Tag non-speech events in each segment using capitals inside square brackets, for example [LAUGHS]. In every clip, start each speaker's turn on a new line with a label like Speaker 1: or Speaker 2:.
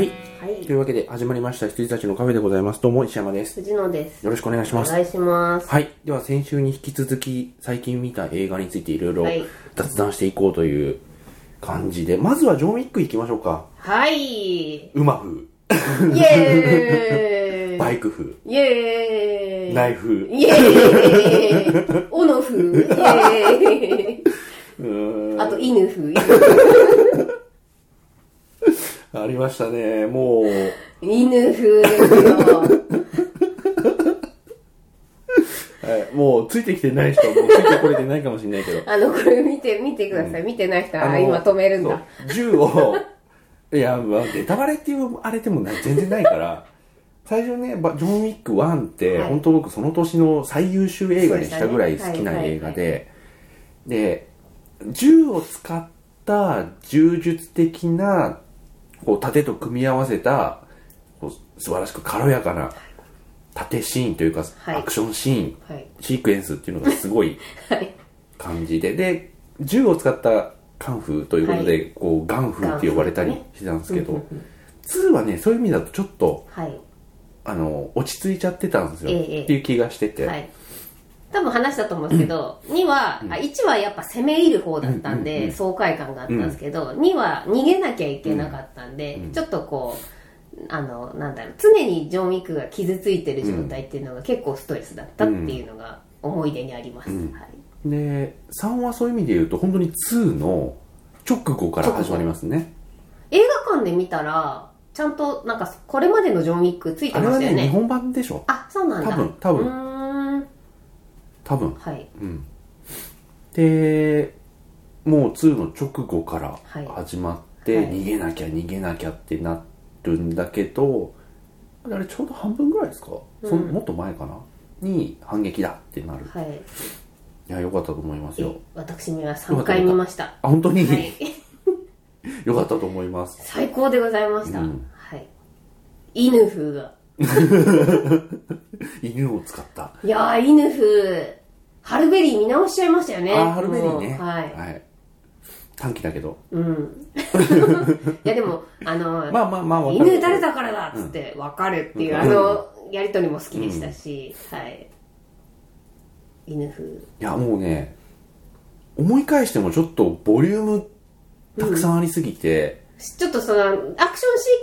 Speaker 1: い、というわけで始まりました羊たちのカフェでございます。どうも石山です。
Speaker 2: 藤野です。
Speaker 1: よろしくお願いし
Speaker 2: お
Speaker 1: ます。
Speaker 2: 願いします。
Speaker 1: はい。では先週に引き続き最近見た映画についていろいろ
Speaker 2: はい
Speaker 1: 雑談していこうという感じで、まずはジョンウィック行きましょうか。
Speaker 2: はい。
Speaker 1: [LAUGHS]
Speaker 2: イ
Speaker 1: 馬風、
Speaker 2: エーイ
Speaker 1: バイク風、
Speaker 2: イエーイ
Speaker 1: ナイフ。
Speaker 2: イエーイオノフイエ
Speaker 1: うーん
Speaker 2: ーイあと、犬フ
Speaker 1: ありましたね。もう、
Speaker 2: 犬フですよ。
Speaker 1: はいもうついてきてない人はもうついてこれてないかもしれないけど。
Speaker 2: あの、これ見て、見てください。見てない人
Speaker 1: あ
Speaker 2: は
Speaker 1: の
Speaker 2: 今止めるんだ。
Speaker 1: そう銃をいや、まあ、ネタバレっていうあれでもない全然ない
Speaker 2: [LAUGHS]
Speaker 1: から最初ねばジョン・ウィック1って、
Speaker 2: はい
Speaker 1: 本当僕その年の最優秀映画にしたぐらい
Speaker 2: そう
Speaker 1: 好
Speaker 2: で
Speaker 1: き
Speaker 2: したね
Speaker 1: な
Speaker 2: はい
Speaker 1: 映画で、で銃を使った柔術的なこう盾と組み合わせたこう素晴らしく軽やかな盾シーンというか、
Speaker 2: はい
Speaker 1: アクションシーン
Speaker 2: はい。
Speaker 1: シークエンスっていうのがすごい
Speaker 2: はい。
Speaker 1: 感じでで銃を使ったカンフーということで、
Speaker 2: は
Speaker 1: こうガンフーって呼ばれたり
Speaker 2: ガンフ
Speaker 1: してたんですけど、
Speaker 2: うんうんうん
Speaker 1: 2はねそういう意味だとちょっと
Speaker 2: はい。
Speaker 1: あの落ち着いちゃってたんですよ、
Speaker 2: ええええ
Speaker 1: っていう気がしてて、
Speaker 2: はい。多分話したと思うんですけど、2は、あ1はやっぱ攻め入る方だったんで、爽快感があったんですけど、2は逃げなきゃいけなかったんで、ちょっとこう、あの、なんだろう、常にジョン・ウィックが傷ついてる状態っていうのが結構ストレスだったっていうのが思い出にあります。はい。
Speaker 1: で3はそういう意味で言うと本当に2の直後から始まりますね
Speaker 2: 映画館で見たら、ちゃんとなんかこれまでのジョン・ウィックついて
Speaker 1: あれ
Speaker 2: ま
Speaker 1: は
Speaker 2: したよ
Speaker 1: ね日
Speaker 2: ね。
Speaker 1: 本版でしょ
Speaker 2: あ、そうなんだ。
Speaker 1: 多分多分
Speaker 2: うーん。
Speaker 1: 多分
Speaker 2: はい。
Speaker 1: うんでもう2の直後から
Speaker 2: はい
Speaker 1: 始まって、
Speaker 2: はい
Speaker 1: 逃げなきゃ逃げなきゃってなるんだけどあれちょうど半分ぐらいですか、そん
Speaker 2: うん
Speaker 1: もっと前かなに反撃だってなる
Speaker 2: はい。
Speaker 1: いや良かったと思いますよ
Speaker 2: え私は3回見ま [LAUGHS] した。
Speaker 1: あ本当に、
Speaker 2: はい。
Speaker 1: [LAUGHS] 良かったと思います
Speaker 2: 最高でございました、
Speaker 1: うん
Speaker 2: はい犬風が
Speaker 1: 犬を使った、
Speaker 2: いやー犬風ハルベリー見直しちゃいましたよね
Speaker 1: あーハルベリーね
Speaker 2: もうはい、
Speaker 1: 短期だけど
Speaker 2: うん
Speaker 1: [LAUGHS]
Speaker 2: いやでもあの、
Speaker 1: まあまあまあわか
Speaker 2: 犬
Speaker 1: る
Speaker 2: 撃たれたからだっつって分かるっていう、
Speaker 1: うん
Speaker 2: あのやりとりも好きでしたし、はい犬風
Speaker 1: いやもうね思い返してもちょっとボリュームたくさんありすぎて、
Speaker 2: ちょっとそのアクションシ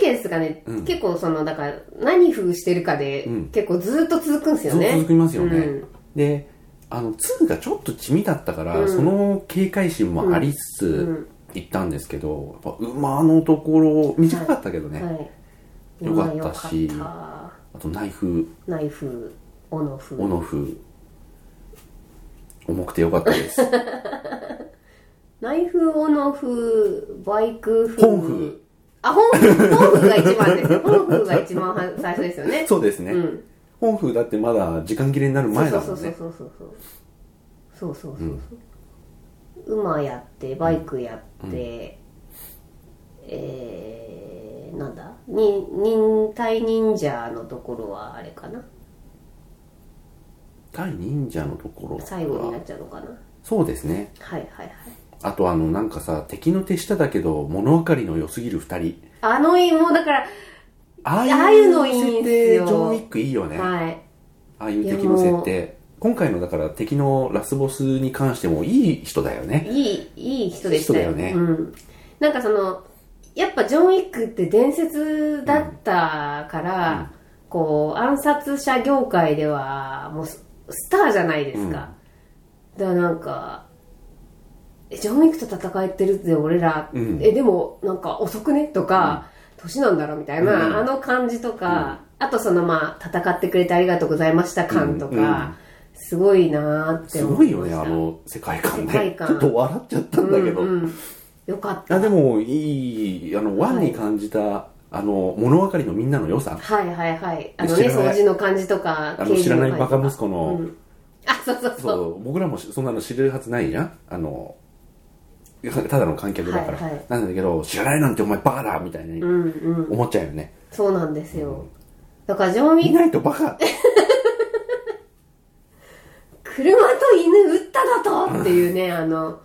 Speaker 2: ーケンスがね、
Speaker 1: うん
Speaker 2: 結構そのだから何風してるかで、
Speaker 1: うん
Speaker 2: 結構ずっと続くんですよ
Speaker 1: ずっ
Speaker 2: ね
Speaker 1: と続きますよね、
Speaker 2: うん
Speaker 1: であの2がちょっと地味だったから、
Speaker 2: うん
Speaker 1: その警戒心もありつ
Speaker 2: う
Speaker 1: つ
Speaker 2: ん
Speaker 1: 行ったんですけど、やっぱ馬のところ短かったけどね、
Speaker 2: はい、
Speaker 1: よかったし
Speaker 2: よかっ
Speaker 1: あとナイフ
Speaker 2: たナイフオノフ
Speaker 1: オノフ重くてよかったです
Speaker 2: [LAUGHS] ナイフオノフバイクフ
Speaker 1: 本風
Speaker 2: あ本風本風が一
Speaker 1: [LAUGHS]
Speaker 2: 番ですよ本風が一番は最初ですよね
Speaker 1: そうですね、
Speaker 2: うん
Speaker 1: 本風だってまだ時間切れになる前だ
Speaker 2: そ
Speaker 1: も
Speaker 2: うんそう
Speaker 1: ね
Speaker 2: そうそうそうそうそうそうそうそう馬やってバイクやって、えー、なんだに忍耐忍者のところはあれかな
Speaker 1: 対忍者のところ
Speaker 2: 最後にな
Speaker 1: は
Speaker 2: っちゃうのかな
Speaker 1: そうですね
Speaker 2: はいはいはい
Speaker 1: あとあのなんかさ敵の手下だけど物分かりの良すぎる2人
Speaker 2: あのもうだから
Speaker 1: あ
Speaker 2: あ
Speaker 1: あ
Speaker 2: あ
Speaker 1: い
Speaker 2: いうう
Speaker 1: の
Speaker 2: の
Speaker 1: 設
Speaker 2: いい
Speaker 1: 定
Speaker 2: ん
Speaker 1: ジ
Speaker 2: す
Speaker 1: ョ
Speaker 2: よ
Speaker 1: ン・ウィックいいよね、
Speaker 2: はい。
Speaker 1: ああいう敵の設定今回のだから敵のラスボスに関してもいい人だよね
Speaker 2: いい、いい人でしたよ。
Speaker 1: 人だよね
Speaker 2: うん。なんかその、やっぱジョン・ウィックって伝説だったから、こう、暗殺者業界では、もうス、スターじゃないですか。
Speaker 1: うん
Speaker 2: だからなんか、えジョン・ウィックと戦えてるぜ、俺ら。
Speaker 1: うん
Speaker 2: え、でも、なんか遅くねとか、年なんだろみたいな、
Speaker 1: うん
Speaker 2: あの感じとか、あとその、まあ、戦ってくれてありがとうございました感とか、
Speaker 1: うんうん
Speaker 2: すごいなーって
Speaker 1: す
Speaker 2: 思
Speaker 1: ごいよね
Speaker 2: ました
Speaker 1: あの世界観ね
Speaker 2: 世界観
Speaker 1: ちょっと笑っちゃったんだけど、
Speaker 2: うんうん、よかった
Speaker 1: あでもいいあのワンに感じた、あの物分かりのみんなの良さ
Speaker 2: はいはいはいあの
Speaker 1: 知
Speaker 2: ね
Speaker 1: らない
Speaker 2: 掃除の感じとか
Speaker 1: あの知らないバカ息
Speaker 2: 子
Speaker 1: 子の、
Speaker 2: うん、あそうそう
Speaker 1: そ
Speaker 2: そう
Speaker 1: う僕らもそんなの知るはずないじゃんあのいやただの観客だから、
Speaker 2: はいはい
Speaker 1: なんだけど知らないなんてお前バカだみたいに
Speaker 2: うんうん
Speaker 1: 思っちゃうよね、
Speaker 2: そうなんです
Speaker 1: う
Speaker 2: よ、
Speaker 1: ん
Speaker 2: だからジョンウィ
Speaker 1: い
Speaker 2: ン
Speaker 1: ないとバカ
Speaker 2: 車と犬撃っただとっていうねあの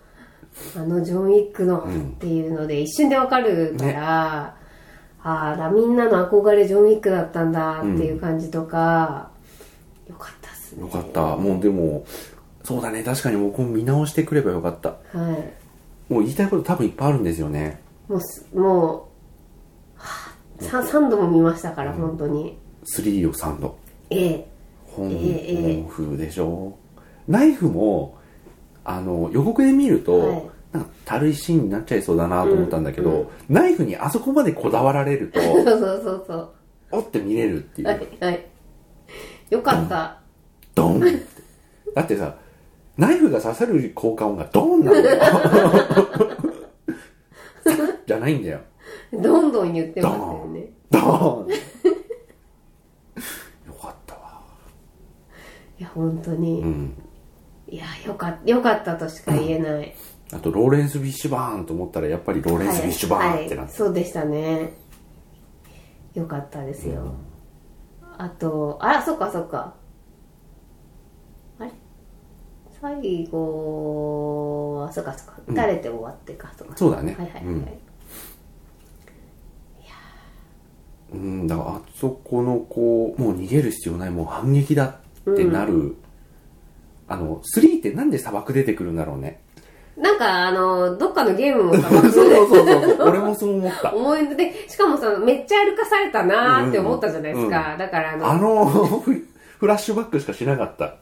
Speaker 2: あのジョンウィックの
Speaker 1: ん
Speaker 2: っていうので一瞬でわかるから、ああみんなの憧れジョン・ウィックだったんだっていう感じとか、よかったっすね
Speaker 1: よかったもうでもそうだね確かに僕も見直してくればよかった
Speaker 2: はい
Speaker 1: もう言いたいこと多分いっぱいあるんですよね
Speaker 2: もうすもう 3, 三度も見ましたから本当に、
Speaker 1: 3を3度
Speaker 2: ええ [LAUGHS]
Speaker 1: 本,、
Speaker 2: ええ
Speaker 1: 本風でしょナイフもあの予告で見ると、
Speaker 2: はい
Speaker 1: なんかたるいシーンになっちゃいそうだなと思ったんだけど、
Speaker 2: うん
Speaker 1: ナイフにあそこまでこだわられる
Speaker 2: [LAUGHS]
Speaker 1: と
Speaker 2: そうそうそうそ
Speaker 1: おって見れるっていうう、
Speaker 2: はいはいよかった
Speaker 1: ドンってだってさナイフが刺さる効果音がドン
Speaker 2: [LAUGHS]
Speaker 1: なんだよじゃないんだよ
Speaker 2: どんどん言ってましたよね
Speaker 1: ドーン [LAUGHS] よかったわ
Speaker 2: いや本当に、
Speaker 1: うん
Speaker 2: いやよかよかったとしか言えない、
Speaker 1: あとローレンス・フィッシュバーンと思ったらやっぱりローレンス・フィッシュバーンってなっ
Speaker 2: はい、
Speaker 1: て、
Speaker 2: そうでしたねよかったですよ、あとあらそっかそっかあれ最後はそっかそっか撃たれて終わってか、とか
Speaker 1: そうだね
Speaker 2: はいはいはい、
Speaker 1: うんうんだからあそこのこうもう逃げる必要ないもう反撃だってなる、あの3ってなんで砂漠出てくるんだろうね
Speaker 2: なんかあのどっかのゲームもさ
Speaker 1: そうそうそう
Speaker 2: [LAUGHS]
Speaker 1: そう俺もそう思った
Speaker 2: 思い出でしかもさめっちゃ歩かされたなーって思ったじゃないですか、だからあの
Speaker 1: あのフラッシュバックしかしなかった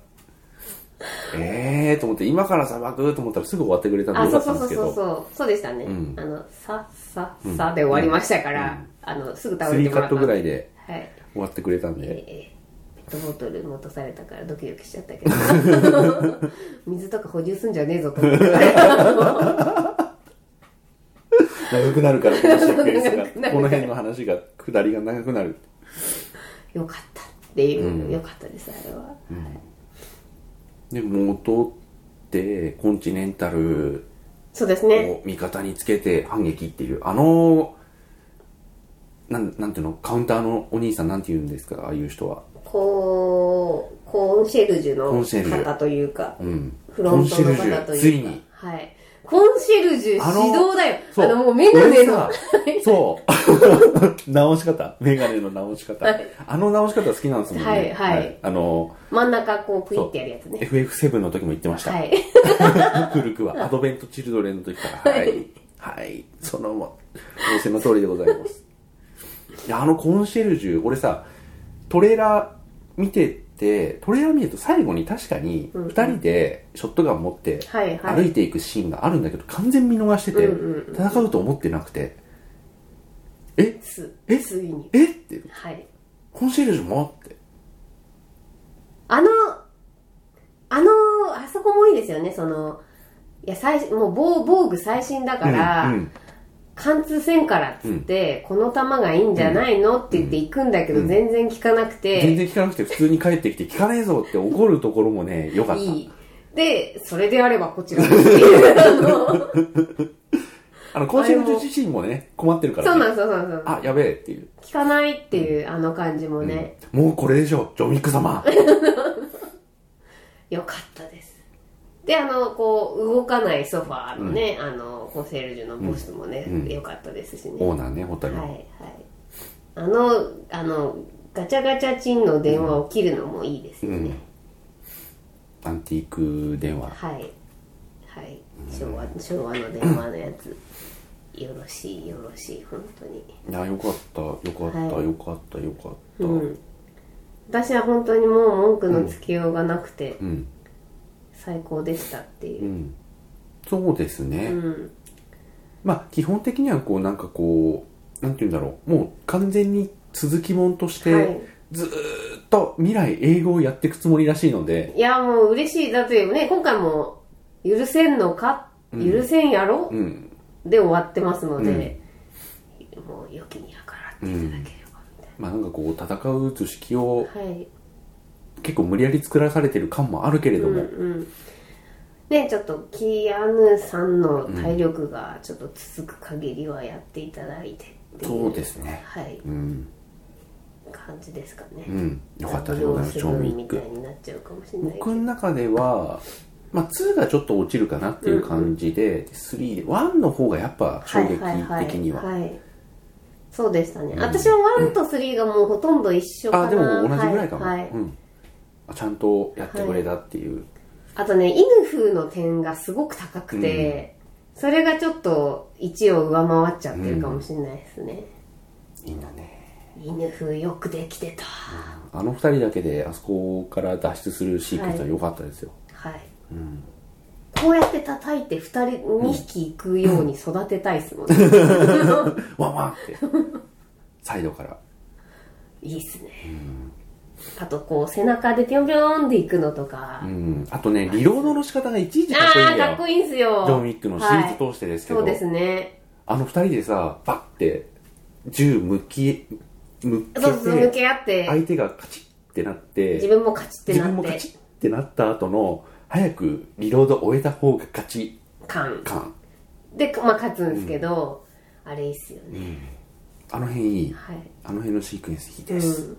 Speaker 1: ええー、と思って今から砂漠と思ったらすぐ終わってくれたんで
Speaker 2: あ
Speaker 1: よか
Speaker 2: そう
Speaker 1: ったん
Speaker 2: そう
Speaker 1: で
Speaker 2: そう
Speaker 1: すけ
Speaker 2: そう
Speaker 1: ど
Speaker 2: そうそうでしたね、
Speaker 1: ん
Speaker 2: あのさささで終わりましたから、あのすぐ倒れ
Speaker 1: 3
Speaker 2: ても
Speaker 1: カ
Speaker 2: ら
Speaker 1: ッ
Speaker 2: った
Speaker 1: トぐら
Speaker 2: い
Speaker 1: いで
Speaker 2: はい
Speaker 1: 終わってくれたんで
Speaker 2: えーペットボトル持たされたからドキドキしちゃったけど
Speaker 1: [LAUGHS]
Speaker 2: 水とか補充すんじゃねえぞと思って [LAUGHS]
Speaker 1: 長くなるからこのシークエンス
Speaker 2: [LAUGHS] 長くなるか
Speaker 1: が
Speaker 2: ら
Speaker 1: この辺の話が下りが長くなる
Speaker 2: よかったっていう、よかったですあれは、
Speaker 1: で戻ってコンチネンタル
Speaker 2: そうです
Speaker 1: を
Speaker 2: ね
Speaker 1: 味方につけて反撃っていうあのなんなんていうのカウンターのお兄さんなんて言うんですかああいう人は
Speaker 2: こうコンシェルジュ
Speaker 1: コンシェルジ
Speaker 2: の
Speaker 1: ュ
Speaker 2: 方というか、
Speaker 1: うん
Speaker 2: フロントの方という
Speaker 1: コ
Speaker 2: か
Speaker 1: ンシェルジュついに
Speaker 2: はいコンシェルジュ指
Speaker 1: あの
Speaker 2: 導だよあ
Speaker 1: そう
Speaker 2: のもうメガ
Speaker 1: 俺
Speaker 2: ネの
Speaker 1: さそう [LAUGHS] 直し方メガネの直し方、
Speaker 2: はい
Speaker 1: あの直し方好きなんですもんね
Speaker 2: はいはい
Speaker 1: あの
Speaker 2: [LAUGHS] 真ん中こうクイってやるやつね
Speaker 1: FF7 の時も言ってました、
Speaker 2: はい
Speaker 1: [LAUGHS] 古くはアドベントチルドレンの時からはいはいそのもう仰せの通りでございますいやあのコンシェルジュ俺さトレーラー見ててトレーラー見ると最後に確かに
Speaker 2: うんうん
Speaker 1: 2人でショットガン持って
Speaker 2: はいはい
Speaker 1: 歩いていくシーンがあるんだけど完全見逃してて
Speaker 2: うんうん
Speaker 1: 戦うと思ってなくてえ
Speaker 2: つ
Speaker 1: え
Speaker 2: ついに
Speaker 1: えって
Speaker 2: はい
Speaker 1: コンシェルジュもって
Speaker 2: あのあのあそこもいいですよねそのいや最もう防防具最新だから、
Speaker 1: うんうん
Speaker 2: 貫通せんからっつって、この弾がいいんじゃないのって言って行くんだけど、全然効かなく
Speaker 1: 全
Speaker 2: て、
Speaker 1: 然聞かなくて普通に帰ってきて聞かねえぞって怒るところもねよかった
Speaker 2: いいでそれであればこちらですって
Speaker 1: [LAUGHS]
Speaker 2: いうあの
Speaker 1: あのコンシェルジュ自身もね困ってるから、ね、
Speaker 2: そうなんですそうなんです
Speaker 1: あ、やべえっていう。
Speaker 2: 効かないっていうあの感じもね、
Speaker 1: もうこれでしょ、ジョミック様。
Speaker 2: よかったですであのこう動かないソファーのね、あのコンシェルジュのボスもね、
Speaker 1: うん
Speaker 2: よかったですしね
Speaker 1: オーナーね、ホタル。
Speaker 2: はいはいあのあのガチャガチャチンの電話を切るのもいいですよね、
Speaker 1: うんアンティーク電話。
Speaker 2: はいはい昭和昭和の電話のやつよろしいよろしい本当に
Speaker 1: いや、よかった、よかった、
Speaker 2: はい
Speaker 1: よかった、よかった。
Speaker 2: うん私は本当にもう文句のつけようがなくて
Speaker 1: うん。
Speaker 2: 最高でしたっていうう、
Speaker 1: んそうですね。
Speaker 2: うん、
Speaker 1: まあ、基本的にはこう、なんかこう、なんて言うんだろう。もう完全に続きもんとして、
Speaker 2: はい
Speaker 1: ずーっと未来英語をやっていくつもりらしいので、
Speaker 2: いやもう嬉しいだってね今回も「許せんのか許せんやろ
Speaker 1: うん。
Speaker 2: で終わってますので、もう良きに計らっていただければみたい
Speaker 1: まあなんかこう、戦う図式を
Speaker 2: な、はい
Speaker 1: 結構無理やり作らされてる感もあるけれども、
Speaker 2: うんうんねちょっとキアヌさんの体力がちょっと続く限りはやっていただいてっていう、
Speaker 1: そうですね。
Speaker 2: はい
Speaker 1: うん。
Speaker 2: 感じですかね、
Speaker 1: うん。よかったでございます、ジョンウィッ
Speaker 2: み
Speaker 1: ク
Speaker 2: たい。になっちゃうかもしれないけ
Speaker 1: 僕
Speaker 2: ど
Speaker 1: の中では、まあ、2がちょっと落ちるかなっていう感じで、3で1の方がやっぱ衝撃的には,、
Speaker 2: はいはいはいはいそうでしたね。私は1と3がもうほとんど一緒かな。
Speaker 1: あでも同じぐらいかも、
Speaker 2: はい。はい
Speaker 1: うん、あちゃんとやってくれたっていう、
Speaker 2: あとね、イヌフの点がすごく高くて、それがちょっと1を上回っちゃってるかもしれないですね。
Speaker 1: い、いんだね
Speaker 2: イヌフよくできてた。
Speaker 1: あの二人だけであそこから脱出するシークエンスは良かったですよ、
Speaker 2: はい。こうやって叩いて2人、2匹いくように育てたいですもんね。
Speaker 1: ワンワンってサイドから
Speaker 2: いいっすね。あとこう背中でぴょんぴょんっていくのとか。
Speaker 1: うんあとねリロードの仕方がいちいちかっこいい
Speaker 2: あ
Speaker 1: ん
Speaker 2: あ、
Speaker 1: だ
Speaker 2: か
Speaker 1: よ
Speaker 2: っこいいんすよ。
Speaker 1: ジョン・ウィックのシリーズ通してですけど、
Speaker 2: はいそうですね。
Speaker 1: あの二人でさパッて銃向き向けて
Speaker 2: そうそう、向け合って、
Speaker 1: 相手がカチッってなって
Speaker 2: 自分も勝ちって
Speaker 1: 自
Speaker 2: な
Speaker 1: 分
Speaker 2: っ
Speaker 1: もカ
Speaker 2: て
Speaker 1: チ、ッってなった後の早くリロード終えた方が勝ち
Speaker 2: 感。
Speaker 1: 感
Speaker 2: で、まあ勝つんですけど、あれいいっすよね。
Speaker 1: あの辺いい
Speaker 2: はい。
Speaker 1: あの辺のシークエンスいいで
Speaker 2: う
Speaker 1: す、
Speaker 2: ん。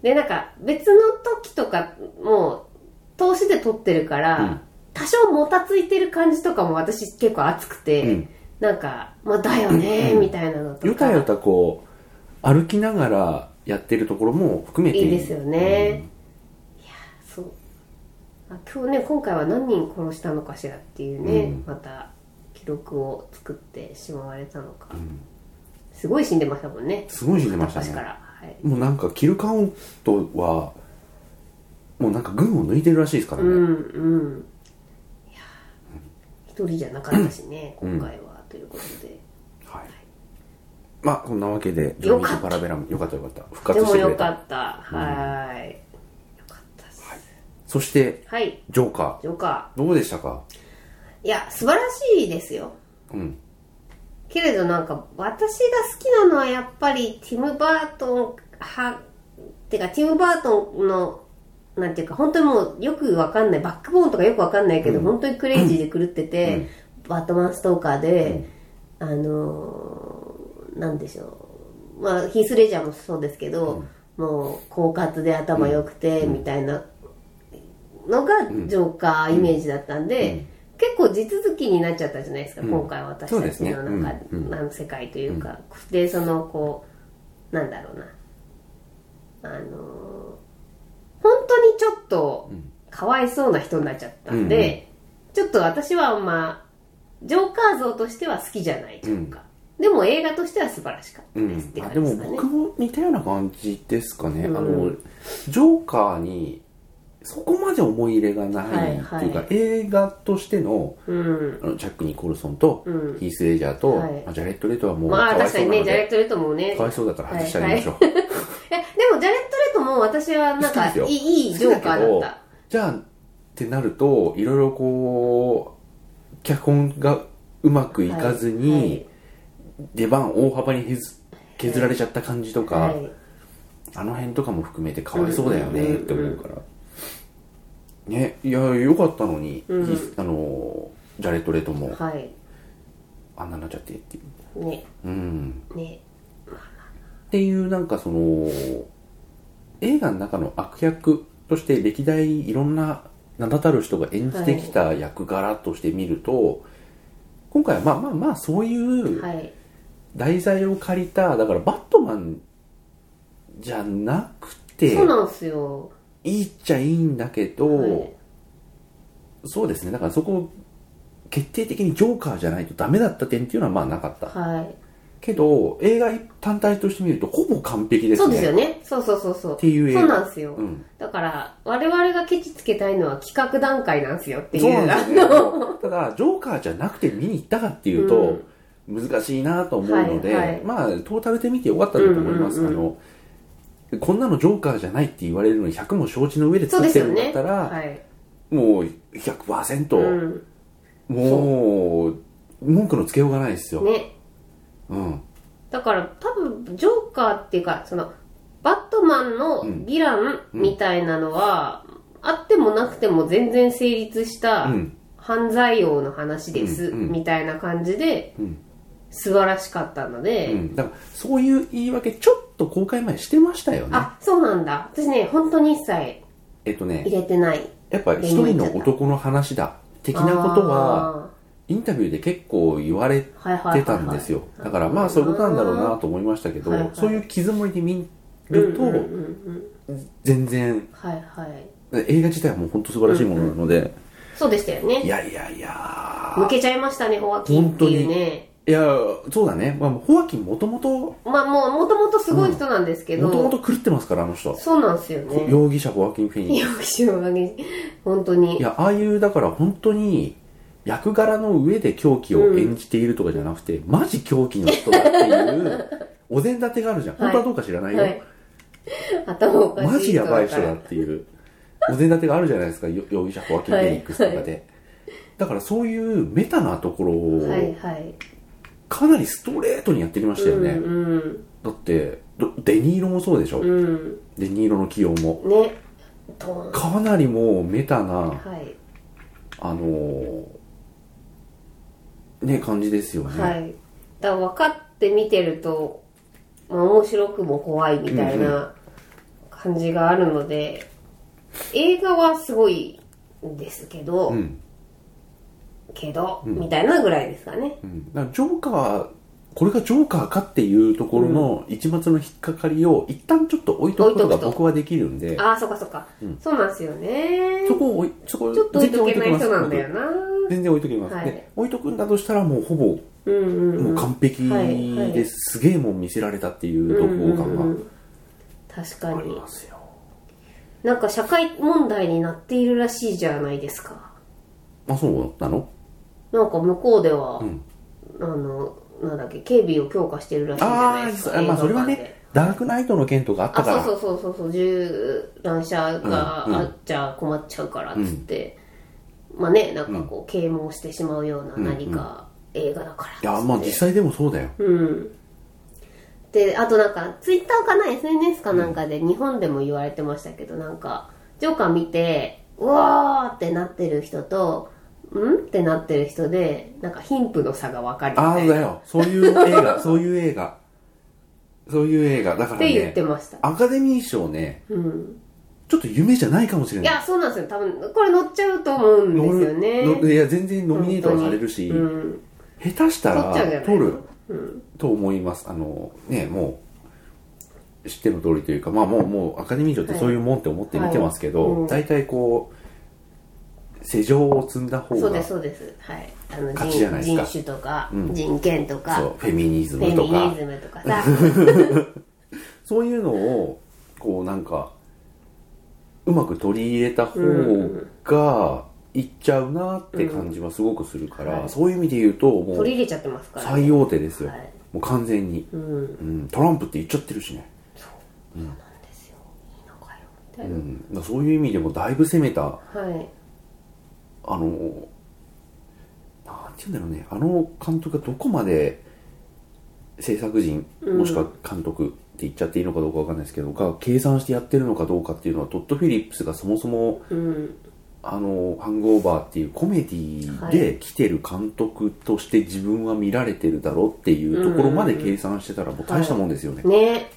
Speaker 2: で、なんか別の時とか、もう、投資で撮ってるから、
Speaker 1: うん
Speaker 2: 多少もたついてる感じとかも私結構熱くて、
Speaker 1: うん
Speaker 2: なんか、まあだよねーみたいなのとか。
Speaker 1: よたよたこう歩きながらやってるところも含めてい
Speaker 2: い
Speaker 1: い
Speaker 2: いですよね、いやそうあ今日ね今回は何人殺したのかしらっていうね、
Speaker 1: うん
Speaker 2: また記録を作ってしまわれたのか、すごい死んでましたもんね
Speaker 1: すごい死んでました
Speaker 2: 片っ端か
Speaker 1: ね
Speaker 2: ら、はい、
Speaker 1: もうなんかキルカウントはもうなんか群を抜いてるらしいですからね、
Speaker 2: うんうんいや一人じゃなかったしね、
Speaker 1: うん
Speaker 2: 今回はということで
Speaker 1: はいまあこんなわけで
Speaker 2: よかった
Speaker 1: ジョニーとパラベラムよかったよかった復活し
Speaker 2: でも
Speaker 1: てく
Speaker 2: よ
Speaker 1: れ
Speaker 2: か
Speaker 1: た
Speaker 2: ったはいよかったです
Speaker 1: そして
Speaker 2: はい
Speaker 1: ジョーカ
Speaker 2: ジョーカ
Speaker 1: ーどうでしたか
Speaker 2: ーいや素晴らしいですよ
Speaker 1: うん
Speaker 2: けれどなんか私が好きなのはやっぱりティム・バートン派てかティム・バートンのなんていうか本当にもうよくわかんないバックボーンとかよくわかんないけど、本当にクレイジーで狂ってて、バットマンストーカーで、あのーなんでしょうまあヒース・レジャーもそうですけど、もう狡猾で頭良くて、みたいなのがジョーカーイメージだったんで、結構地続きになっちゃったじゃないですか、今回私
Speaker 1: そう
Speaker 2: た
Speaker 1: です
Speaker 2: ち
Speaker 1: ね
Speaker 2: の中で、
Speaker 1: うんうん
Speaker 2: なん世界というか、でそのこうなんだろうなあのー本当にちょっとかわいそうな人になっちゃったんで、ちょっと私はあんまジョーカー像としては好きじゃないというか、でも映画としては素晴らしかった
Speaker 1: う
Speaker 2: ですって
Speaker 1: ん、あ
Speaker 2: 感
Speaker 1: で
Speaker 2: じ
Speaker 1: も
Speaker 2: ですかね、
Speaker 1: 僕も似たような感じですかね、
Speaker 2: うん
Speaker 1: あのジョーカーにそこまで思い入れがないっていうか、
Speaker 2: はいはい
Speaker 1: 映画としての
Speaker 2: うん
Speaker 1: あのジャック・ニコルソンと
Speaker 2: うん
Speaker 1: ヒース・レジャーと、
Speaker 2: はい
Speaker 1: まあジャレット・レトはもう
Speaker 2: まあ
Speaker 1: かわい
Speaker 2: 確
Speaker 1: そ
Speaker 2: か
Speaker 1: うな
Speaker 2: に
Speaker 1: の
Speaker 2: ねジャレ
Speaker 1: で
Speaker 2: ット・レトもね
Speaker 1: かわいそうだから外してあげましょう、
Speaker 2: えでもジャレット・レトも私はなん
Speaker 1: 好きで
Speaker 2: か
Speaker 1: す
Speaker 2: い
Speaker 1: よ
Speaker 2: いいいジョーカーだっ
Speaker 1: じゃあってなるといろいろこう脚本がうまくい
Speaker 2: た
Speaker 1: かずに、
Speaker 2: はいはい
Speaker 1: 出番大幅に削削られちゃった感じとか、
Speaker 2: はい
Speaker 1: あの辺とかも含めてかわいそうだよねって思うから、ねいやよかったのに、
Speaker 2: うん
Speaker 1: いあのジャレット・レトも
Speaker 2: はい
Speaker 1: あんなになっちゃってっていう、
Speaker 2: ね
Speaker 1: うん、
Speaker 2: ね
Speaker 1: っていうなんかその映画の中の悪役として歴代いろんな名だたる人が演じてきた役柄として見ると、今回はまあまあまあそういう
Speaker 2: はい
Speaker 1: 題材を借りただからバットマンじゃなくて
Speaker 2: そうなんですよ
Speaker 1: いいっちゃいいんだけど、
Speaker 2: はい
Speaker 1: そうですねだからそこ決定的にジョーカーじゃないとダメだった点っていうのはまあなかった、
Speaker 2: は
Speaker 1: けど映画単体として見るとほぼ完璧
Speaker 2: い
Speaker 1: ですね
Speaker 2: そうですよねそうそうそうそう
Speaker 1: っていう映画
Speaker 2: そうなんですよ、
Speaker 1: うん
Speaker 2: だから我々がケチつけたいのは企画段階なんですよっていう
Speaker 1: そうなんです
Speaker 2: あ
Speaker 1: よ
Speaker 2: の
Speaker 1: ねただジョーカーじゃなくて見に行ったかっていうと、難しいなと思うので、
Speaker 2: はいはい
Speaker 1: まあトータルで見てよかったなと思います、
Speaker 2: うんうんうん
Speaker 1: あのこんなのジョーカーじゃないって言われるのに100も承知の上で
Speaker 2: [LAUGHS] そう
Speaker 1: 作
Speaker 2: で
Speaker 1: っ
Speaker 2: す
Speaker 1: て
Speaker 2: よ
Speaker 1: るんだっ
Speaker 2: ね
Speaker 1: たら、
Speaker 2: はい
Speaker 1: もう100%、
Speaker 2: うん
Speaker 1: もう文句のつけようがないですよ、
Speaker 2: ね
Speaker 1: うん
Speaker 2: だから多分ジョーカーっていうかそのバットマンのヴィランみたいなのは、あってもなくても全然成立した
Speaker 1: うん
Speaker 2: 犯罪王の話です、
Speaker 1: うんうん
Speaker 2: みたいな感じで、
Speaker 1: うん
Speaker 2: 素晴らしかったので、
Speaker 1: うん、だからそういう言い訳ちょっと公開前してましたよね
Speaker 2: あそうなんだ私ね本当に一切
Speaker 1: えっとね
Speaker 2: 入れてない
Speaker 1: やっぱ一人の男の話だ的なことは
Speaker 2: あ
Speaker 1: インタビューで結構言われ
Speaker 2: はいはいはいはい
Speaker 1: てたんですよ。だからまあそういうことなんだろうなと思いましたけど、
Speaker 2: はいはい
Speaker 1: そういう傷もりで見ると、
Speaker 2: うんうんうんうん
Speaker 1: 全然、
Speaker 2: はいはい
Speaker 1: 映画自体はもう本当素晴らしいものなので、
Speaker 2: そうでしたよ
Speaker 1: い
Speaker 2: ね
Speaker 1: やいやいや
Speaker 2: 抜けちゃいましたねホワキンっていうね
Speaker 1: いや、そうだね。まあ、ホワキンもともと、
Speaker 2: まあもうもともとすごい人なんですけど、
Speaker 1: もともと狂ってますから、あの人。
Speaker 2: そうなんですよね
Speaker 1: 容疑者ホワキン・フェニックス
Speaker 2: よくしのおかげに本当に
Speaker 1: いや、ああいう、だから本当に、役柄の上で狂気を演じているとかじゃなくて、マジ狂気の人だって
Speaker 2: [LAUGHS]
Speaker 1: いう、お膳立てがあるじゃん。
Speaker 2: は
Speaker 1: 本
Speaker 2: い
Speaker 1: 当はどうか知らないよ。
Speaker 2: はい頭おかしい
Speaker 1: マジやばい人
Speaker 2: だ
Speaker 1: だっていう、お膳立てがあるじゃないですか、よ容疑者ホワキン・フェニックスとかで。
Speaker 2: はい
Speaker 1: だからそういうメタなところ
Speaker 2: はい
Speaker 1: を
Speaker 2: はい
Speaker 1: かなりストレートにやってきましたよね、
Speaker 2: うん
Speaker 1: だってどデニーロもそうでしょ、
Speaker 2: うんうん
Speaker 1: デニーロの起用も
Speaker 2: ねドーン
Speaker 1: かなりもうメタな
Speaker 2: はい
Speaker 1: あのーね感じですよね、
Speaker 2: はいだから分かって見てると、まあ、面白くも怖いみたいな感じがあるので、映画はすごいんですけど、
Speaker 1: うん
Speaker 2: けど、
Speaker 1: うん
Speaker 2: みたいなぐらいですかね
Speaker 1: うん、だからジョーカーこれがジョーカーかっていうところの一末の引っかかりを一旦ちょっと置いとくこと
Speaker 2: 置
Speaker 1: が
Speaker 2: いとくと
Speaker 1: 僕はできるんで
Speaker 2: ああそっかそっか、
Speaker 1: うん
Speaker 2: そうなんですよね
Speaker 1: そこを置いそこを
Speaker 2: ちょっと置いとけ
Speaker 1: 全然
Speaker 2: ない
Speaker 1: 置
Speaker 2: 人なんだよ
Speaker 1: 僕
Speaker 2: な
Speaker 1: 全然置いときます、
Speaker 2: はい
Speaker 1: で置いとくんだとしたらもうほぼ
Speaker 2: うんうん、うん、
Speaker 1: もう完璧です、
Speaker 2: はいはい
Speaker 1: すげえもん見せられたっていう投稿
Speaker 2: うんうんう
Speaker 1: 感
Speaker 2: ん確か
Speaker 1: があり
Speaker 2: に
Speaker 1: ますよ、
Speaker 2: なんか社会問題になっているらしいじゃないですか
Speaker 1: あそうなの
Speaker 2: なんか向こうでは、
Speaker 1: ん
Speaker 2: あのなんだっけ警備を強化してるらしいじゃない
Speaker 1: あ
Speaker 2: ですか
Speaker 1: あ、まあ、それは
Speaker 2: 映画館で
Speaker 1: ねダークナイトの件とかあった
Speaker 2: あ
Speaker 1: から
Speaker 2: そうそうそうそうそう銃乱射が
Speaker 1: うんうん
Speaker 2: あっちゃ困っちゃうからっつって、まあねなんかこう啓蒙してしまうような何か映画だからっつって
Speaker 1: いやまあ実際でもそうだよ
Speaker 2: うん。で、あとなんか、ツイッターかな、SNS かなんかで日本でも言われてましたけど、なんか、ジョーカー見て、うわーってなってる人と、んってなってる人で、なんか貧富の差が分かる
Speaker 1: あ
Speaker 2: みた
Speaker 1: あ
Speaker 2: いな。
Speaker 1: だ
Speaker 2: っ
Speaker 1: よそういう映画 [LAUGHS] そういう映画そういう映画だから
Speaker 2: て言っ
Speaker 1: ね
Speaker 2: てました。
Speaker 1: アカデミー賞ね
Speaker 2: うん。
Speaker 1: ちょっと夢じゃないかもしれ
Speaker 2: い
Speaker 1: ない
Speaker 2: や、そうなんですよ。多分、これ乗っちゃうと思うんですよね。
Speaker 1: のいや全然ノミネートはされるし、
Speaker 2: うん。
Speaker 1: 下手した
Speaker 2: 取っ
Speaker 1: ら
Speaker 2: ちゃうんじゃない
Speaker 1: 取る
Speaker 2: うん。
Speaker 1: と思いますあのねもう知っての通りというかまあもうもうアカデミー賞ってそういうもんって思って見てますけ
Speaker 2: はいは
Speaker 1: ど
Speaker 2: いうん
Speaker 1: 大体、こう世情を積んだ方が
Speaker 2: そうです、そうです。はい。あの、
Speaker 1: 勝ちじゃないです
Speaker 2: 人
Speaker 1: か
Speaker 2: 人種とか、
Speaker 1: うん
Speaker 2: 人権とか、
Speaker 1: そうフェミニズ
Speaker 2: フェ
Speaker 1: ムと
Speaker 2: ミニ
Speaker 1: か
Speaker 2: ズムと
Speaker 1: [LAUGHS]
Speaker 2: かさ、
Speaker 1: そういうのを、こうなんか、うまく取り入れた方がいっちゃうなって感じはすごくするから、
Speaker 2: うんはい
Speaker 1: そういう意味で言うと、も
Speaker 2: 取
Speaker 1: う
Speaker 2: り入れちゃってますから、
Speaker 1: 最大手ですよ。
Speaker 2: はい
Speaker 1: もう完全に、
Speaker 2: うん。
Speaker 1: うん。トランプって言っちゃってるしね。
Speaker 2: そうなんですよ、いいのかよみた
Speaker 1: う
Speaker 2: いな、
Speaker 1: ん、だからそういう意味でもだいぶ攻めた、
Speaker 2: はい
Speaker 1: あの、なんて言うんだろうね、あの監督がどこまで制作陣、
Speaker 2: うん
Speaker 1: もしくは監督って言っちゃっていいのかどうかわかんないですけど、が計算してやってるのかどうかっていうのは、トッド・フィリップスがそもそも、
Speaker 2: うん
Speaker 1: あの、ハングオーバーっていうコメディで来てる監督として自分は見られてるだろうっていうところまで計算してたらもう大したもんですよね。
Speaker 2: ね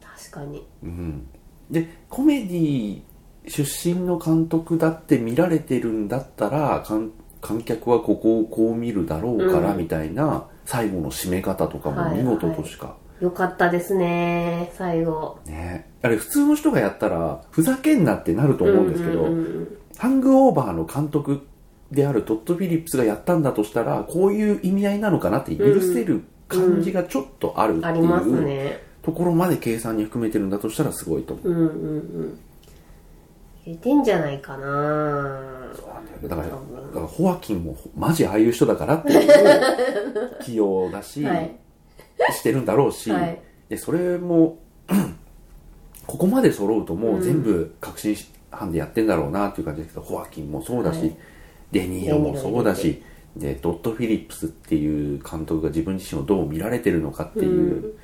Speaker 2: 確かに
Speaker 1: うん、で、コメディ出身の監督だって見られてるんだったら、観観客はここをこう見るだろうから
Speaker 2: うん
Speaker 1: みたいな最後の締め方とかも見事としか。
Speaker 2: よかったですね最後
Speaker 1: ね、あれ普通の人がやったらふざけんなってなると思うんですけど、
Speaker 2: うんうん
Speaker 1: ハングオーバーの監督であるトッド・フィリップスがやったんだとしたら、こういう意味合いなのかなって許せる感じがちょっとあるっ
Speaker 2: うん
Speaker 1: て
Speaker 2: あ
Speaker 1: い
Speaker 2: ります
Speaker 1: う
Speaker 2: ね
Speaker 1: ところまで計算に含めてるんだとしたらすごいと思う。
Speaker 2: うんうんうん入れてんじゃないかな
Speaker 1: だから、だ
Speaker 2: うん
Speaker 1: からホアキンもマジああいう人だからっていう器用だし、
Speaker 2: [LAUGHS] はい
Speaker 1: してるんだろうし、
Speaker 2: はい
Speaker 1: でそれも [CLEARS THROAT] ここまで揃うともう全部革新班でやってんだろうなっていう感じですけど、ホアキンもそうだし、
Speaker 2: はい
Speaker 1: デニーロもそうだ
Speaker 2: デ
Speaker 1: しでドット・フィリップスっていう監督が自分自身をどう見られてるのかっていう、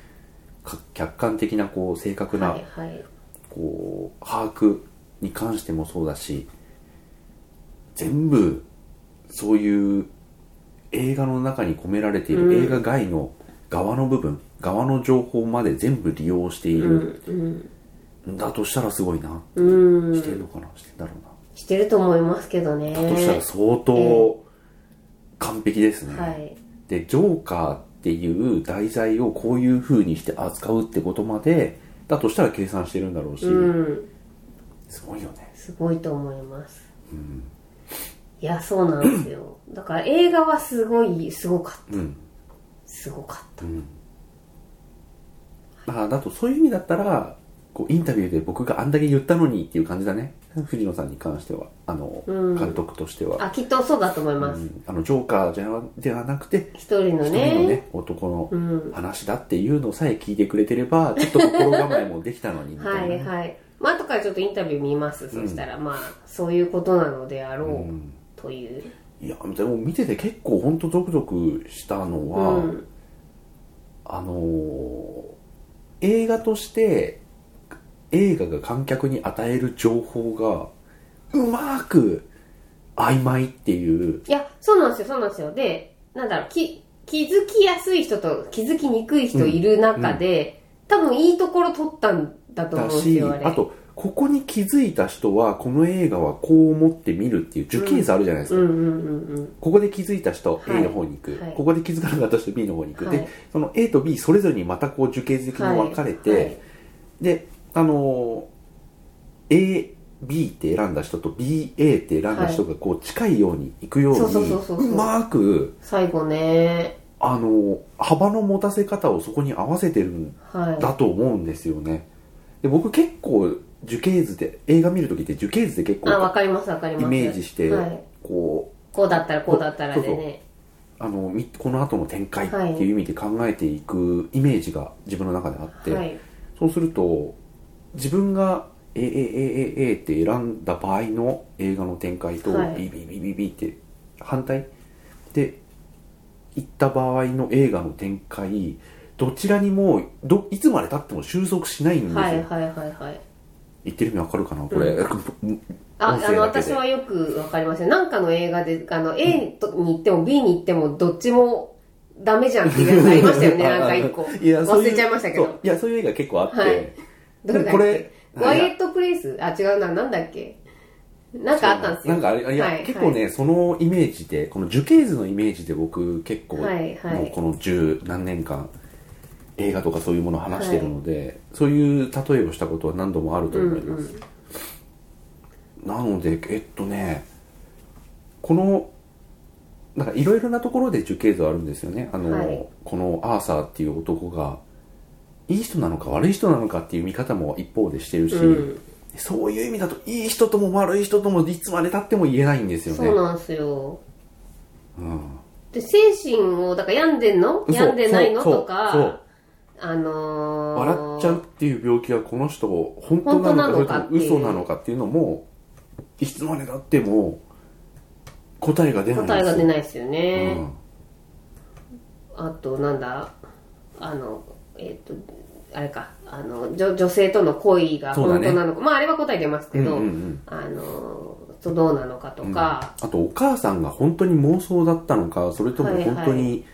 Speaker 1: か客観的なこう正確な、
Speaker 2: はいはい
Speaker 1: こう把握に関してもそうだし全部そういう映画の中に込められている、
Speaker 2: うん
Speaker 1: 映画外の側の部分側の情報まで全部利用してい
Speaker 2: うん
Speaker 1: るんだとしたらすごいな、
Speaker 2: うん、う
Speaker 1: して
Speaker 2: ん、
Speaker 1: るのかなしてんだろうな、
Speaker 2: してると思いますけどね
Speaker 1: だとしたら相当、
Speaker 2: え
Speaker 1: 完璧ですね、
Speaker 2: はい
Speaker 1: でジョーカーっていう題材をこういう風にして扱うってことまでだとしたら計算してるんだろうし、
Speaker 2: うん
Speaker 1: すごいよね
Speaker 2: すごいと思います、いやそうなんですよだから映画はすごいすごかった
Speaker 1: うん
Speaker 2: すごかった
Speaker 1: まあだとそういう意味だったらこうインタビューで僕があんだけ言ったのにっていう感じだね藤野さんに関してはあの、
Speaker 2: うん
Speaker 1: 監督としては
Speaker 2: あきっとそうだと思いま
Speaker 1: う
Speaker 2: す
Speaker 1: んあのジョーカーじゃなではなくて
Speaker 2: 一、人の
Speaker 1: 一人
Speaker 2: ね
Speaker 1: のね男の
Speaker 2: うん
Speaker 1: 話だっていうのさえ聞いてくれてればちょっと心構えもできたのにみた
Speaker 2: はい
Speaker 1: ないね、
Speaker 2: はいまあ後からちょっとインタビュー見ます、そしたらまあそういうことなのであろう、
Speaker 1: うん
Speaker 2: という
Speaker 1: いやでも見てて結構ほんとゾクゾクしたのは、
Speaker 2: うん
Speaker 1: あのー映画として映画が観客に与える情報がうまく曖昧っていう
Speaker 2: いや、そうなんですよ、そうなんですよ。で、なんだろう、き、気づきやすい人と気づきにくい人いる中で、多分いいところ取ったんだと思うん
Speaker 1: だ
Speaker 2: です
Speaker 1: し
Speaker 2: よ、あれ。
Speaker 1: あとここに気づいた人はこの映画はこう思って見るっていう樹形図あるじゃないです
Speaker 2: う
Speaker 1: か、
Speaker 2: んうんうん
Speaker 1: ここで気づいた人
Speaker 2: はい
Speaker 1: A の方に行く、
Speaker 2: はい
Speaker 1: ここで気づかなかった人 B の方に行く、
Speaker 2: はい
Speaker 1: でその A と B それぞれにまたこう樹形図的に分かれて、
Speaker 2: はいはい
Speaker 1: であのー AB って選んだ人と BA って選んだ人がこう近いように行くように
Speaker 2: そうそうそうそうそう
Speaker 1: うまく
Speaker 2: 最後ね、
Speaker 1: あのー幅の持たせ方をそこに合わせてるん
Speaker 2: は
Speaker 1: だと思うんですよねで僕結構樹形図で映画見る時って樹形図で結
Speaker 2: い。あ、わ
Speaker 1: 構
Speaker 2: かります、わかりま
Speaker 1: イ
Speaker 2: す。
Speaker 1: メージして
Speaker 2: はい。
Speaker 1: こ
Speaker 2: こうだったら、こうだったらでね。
Speaker 1: うあのみこの後の展開っていう意味で考えていくイメージが自分の中であって、
Speaker 2: はい。
Speaker 1: そうすると自分が AAAA って選んだ場合の映画の展開と
Speaker 2: はい
Speaker 1: BBBBB って反対で行った場合の映画の展開どちらにもどいつまでたっても収束しないんですよ、
Speaker 2: はい、はい、はい、はい。
Speaker 1: 言ってる意味わかるかなこれ、 [LAUGHS]
Speaker 2: あ、あ
Speaker 1: 音声だけで
Speaker 2: の、私はよくわかりますよ。なんかの映画で、あの、A に行っても B に行っても、どっちもダメじゃんっていうやつありました
Speaker 1: [LAUGHS]
Speaker 2: よね、なんか一個。
Speaker 1: いやそう
Speaker 2: 忘
Speaker 1: う
Speaker 2: れちゃいましたけど
Speaker 1: そ。ういやそういう映画結構あって、
Speaker 2: はいどれだっけ
Speaker 1: これ
Speaker 2: ワイエットプレイスあ、違うな、なんだっけなんかあったんですよ。
Speaker 1: なんかあれ、いや、
Speaker 2: はい
Speaker 1: 結構ね、そのイメージで、この樹形図のイメージで僕結構、
Speaker 2: はいはい
Speaker 1: もうこの十何年間、映画とかそういうものを話してるので、そういう例えをしたことは何度もあると思います。なので、えっとね、この、なんかいろいろなところで樹形図あるんですよね。あの、
Speaker 2: はい
Speaker 1: このアーサーっていう男が、いい人なのか悪い人なのかっていう見方も一方でしてるし、
Speaker 2: うん
Speaker 1: そういう意味だといい人とも悪い人ともいつまでたっても言えないんですよね
Speaker 2: そうなんですよ。
Speaker 1: うん
Speaker 2: で、精神を、だから病んでん
Speaker 1: そ
Speaker 2: の
Speaker 1: う
Speaker 2: 病んでないの
Speaker 1: そう
Speaker 2: とか、
Speaker 1: そう
Speaker 2: あのー、
Speaker 1: 笑っちゃうっていう病気はこの人本当なのか
Speaker 2: 本当な
Speaker 1: そ
Speaker 2: のか
Speaker 1: れとも嘘なのかっていうのもいつまでたっても答えが出ないんです
Speaker 2: 答え
Speaker 1: よ
Speaker 2: が出ないですよ
Speaker 1: う
Speaker 2: ね。
Speaker 1: ん
Speaker 2: あと、なんだ、あの、えっ、と、あれか、あの女、女性との恋が
Speaker 1: そうだ
Speaker 2: 本
Speaker 1: ね
Speaker 2: 当なのか、まあ、あれは答え出ますけど、
Speaker 1: うんうんうん
Speaker 2: あのー、そうどうなのかとか、
Speaker 1: あとお母さんが本当に妄想だったのかそれとも本当
Speaker 2: はいは
Speaker 1: に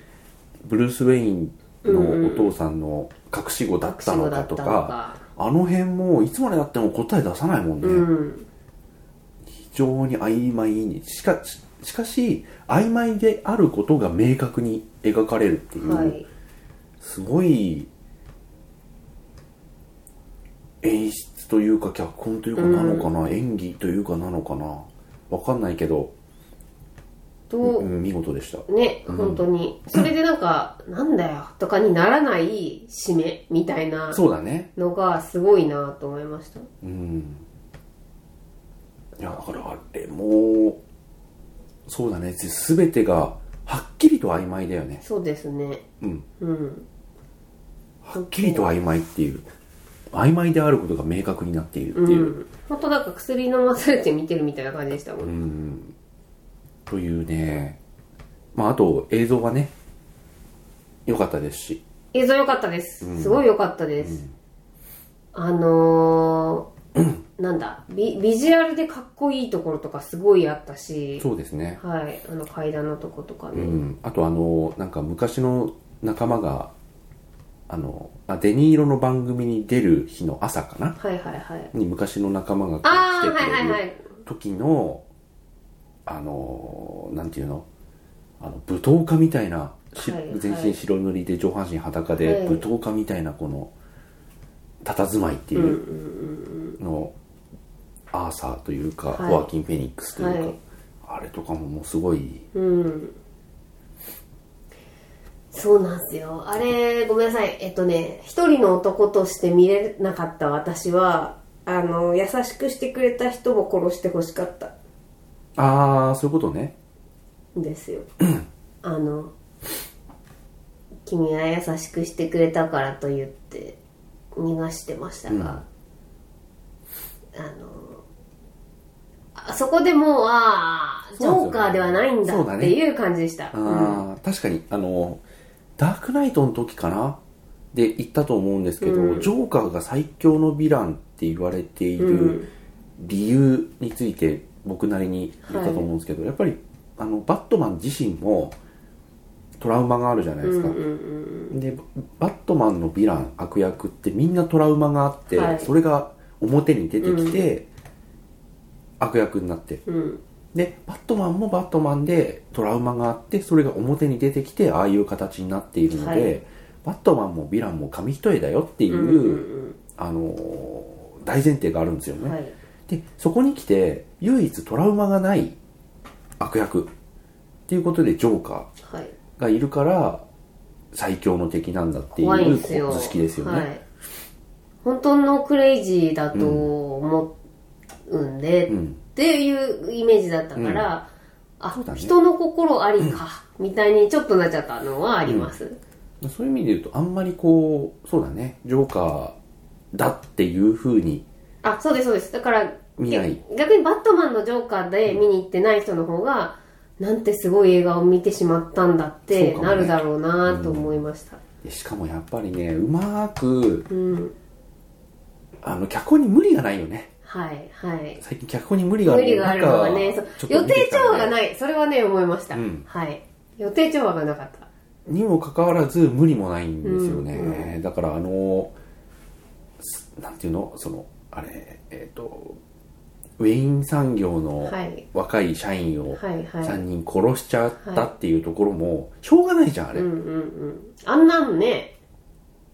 Speaker 1: ブルース・ウェインのお父さんの隠し子だっ
Speaker 2: 隠した
Speaker 1: の
Speaker 2: 子だ
Speaker 1: か
Speaker 2: っ
Speaker 1: と
Speaker 2: たの
Speaker 1: か、
Speaker 2: か、
Speaker 1: あの辺もいつまでたっても答え出さないもんね、
Speaker 2: うん。
Speaker 1: 非常に曖昧にしかししかし曖昧であることが明確に描かれるっていう、
Speaker 2: はい、
Speaker 1: すごい演出というか脚本というかなのかな、演技というかなのかなわかんないけど、
Speaker 2: と、
Speaker 1: うん見事でした
Speaker 2: ね、本当にそれでなんか「なんだよ」とかにならない締めみたいな
Speaker 1: そうだね
Speaker 2: のがすごいなと思いました
Speaker 1: うんいやだからあれもそうだね全てがはっきりと曖昧だよね
Speaker 2: そうですね
Speaker 1: うん
Speaker 2: うん
Speaker 1: はっきりと曖昧っていう曖昧であることが明確になっているって
Speaker 2: う
Speaker 1: いう、
Speaker 2: ん本当なんか薬飲まされて見てるみたいな感じでしたもん、
Speaker 1: というねまああと映像はね良かったですし
Speaker 2: 映像良かったです、すごい良かったです、あの
Speaker 1: [CLEARS THROAT]
Speaker 2: ー、なんだビビジュアルでかっこいいところとかすごいあったし
Speaker 1: そうですね、
Speaker 2: はいあの階段のとことかね、
Speaker 1: うん、あとあのなんか昔の仲間があのあデニーロの番組に出る日の朝かな
Speaker 2: はいはいはい
Speaker 1: に昔の仲間が
Speaker 2: ああ
Speaker 1: 来て
Speaker 2: はいはい
Speaker 1: く
Speaker 2: は
Speaker 1: れる
Speaker 2: い
Speaker 1: 時のあのなんていうのあの舞踏家みたいな、し
Speaker 2: はいはい
Speaker 1: 全身白塗りで上半身裸で、
Speaker 2: はい
Speaker 1: 舞踏家みたいなこの佇まいって
Speaker 2: うんう
Speaker 1: い
Speaker 2: ん
Speaker 1: うのを、アーサーというか、
Speaker 2: はい
Speaker 1: ホアキン・フェニックスというか、
Speaker 2: はい
Speaker 1: あれとかももうすごい
Speaker 2: うんそうなんですよあれごめんなさいえっとね一人の男として見れなかった私はあの優しくしてくれた人を殺してほしかった
Speaker 1: ああそういうことね
Speaker 2: んですよあの君は優しくしてくれたからと言って逃がしてましたが、あのあそこでもうああジ
Speaker 1: そうなんですよ
Speaker 2: ョーカーではないんだ
Speaker 1: そうだ
Speaker 2: っ
Speaker 1: ね
Speaker 2: ていう感じでした、
Speaker 1: あー、確かにあのダークナイトの時かなで言ったと思うんですけど、
Speaker 2: うん
Speaker 1: ジョーカーが最強のヴィランって言われてい
Speaker 2: うん
Speaker 1: る理由について僕なりに言ったと思うんですけど、やっぱりあのバットマン自身もトラウマがあるじゃないで
Speaker 2: うん
Speaker 1: すか、
Speaker 2: うんうん
Speaker 1: でバットマンのヴィラン悪役ってみんなトラウマがあって、
Speaker 2: はい
Speaker 1: それが表に出てきて、悪役になって
Speaker 2: うん
Speaker 1: でバットマンもバットマンでトラウマがあってそれが表に出てきてああいう形になっているので、
Speaker 2: はい
Speaker 1: バットマンもヴィランも紙一重だよっていう、
Speaker 2: うんうん
Speaker 1: あのー大前提があるんですよ
Speaker 2: うん
Speaker 1: ね、
Speaker 2: はい
Speaker 1: でそこに来て唯一トラウマがない悪役っていうことでジョーカ
Speaker 2: はい
Speaker 1: ーがいるから最強の敵なんだってい
Speaker 2: 怖いん
Speaker 1: う
Speaker 2: ですよ
Speaker 1: こう図式ですよね、
Speaker 2: はい、本当のクレイジーだと思うんで、
Speaker 1: うん
Speaker 2: っていうイメージだったから、あ、
Speaker 1: うだね
Speaker 2: 人の心ありか、みたいにちょっとなっちゃったのはあります。
Speaker 1: そういう意味で言うとあんまりこうそうだねジョーカーだっていうふうに
Speaker 2: あ、そうです、そうです。だから、
Speaker 1: 見ない
Speaker 2: 逆逆にバットマンのジョーカーで見に行ってない人の方が、なんてすごい映画を見てしまったんだって
Speaker 1: そうかも
Speaker 2: な
Speaker 1: ね
Speaker 2: るだろうなと思いました。
Speaker 1: でしかもやっぱりねうまく
Speaker 2: うん。
Speaker 1: あの脚本に無理がないよね
Speaker 2: はい、はい。
Speaker 1: 最近脚本に無理があ
Speaker 2: 無
Speaker 1: る
Speaker 2: 理があるのがね、
Speaker 1: なんか
Speaker 2: そう
Speaker 1: ちょ
Speaker 2: 予
Speaker 1: っと見て
Speaker 2: 定
Speaker 1: きたね
Speaker 2: 調和がない。それはね、思いました。
Speaker 1: うん
Speaker 2: はい。予定調和がなかった。
Speaker 1: にもかかわらず無理もないんですよね、
Speaker 2: うん
Speaker 1: だからあのすなんていうのそのあれえっ、とウェイン産業の
Speaker 2: はい
Speaker 1: 若い社員を
Speaker 2: はい、はい。
Speaker 1: 3人殺しちゃったっていうところもしょうがないじゃんあれ、
Speaker 2: うんうんうんあんなんね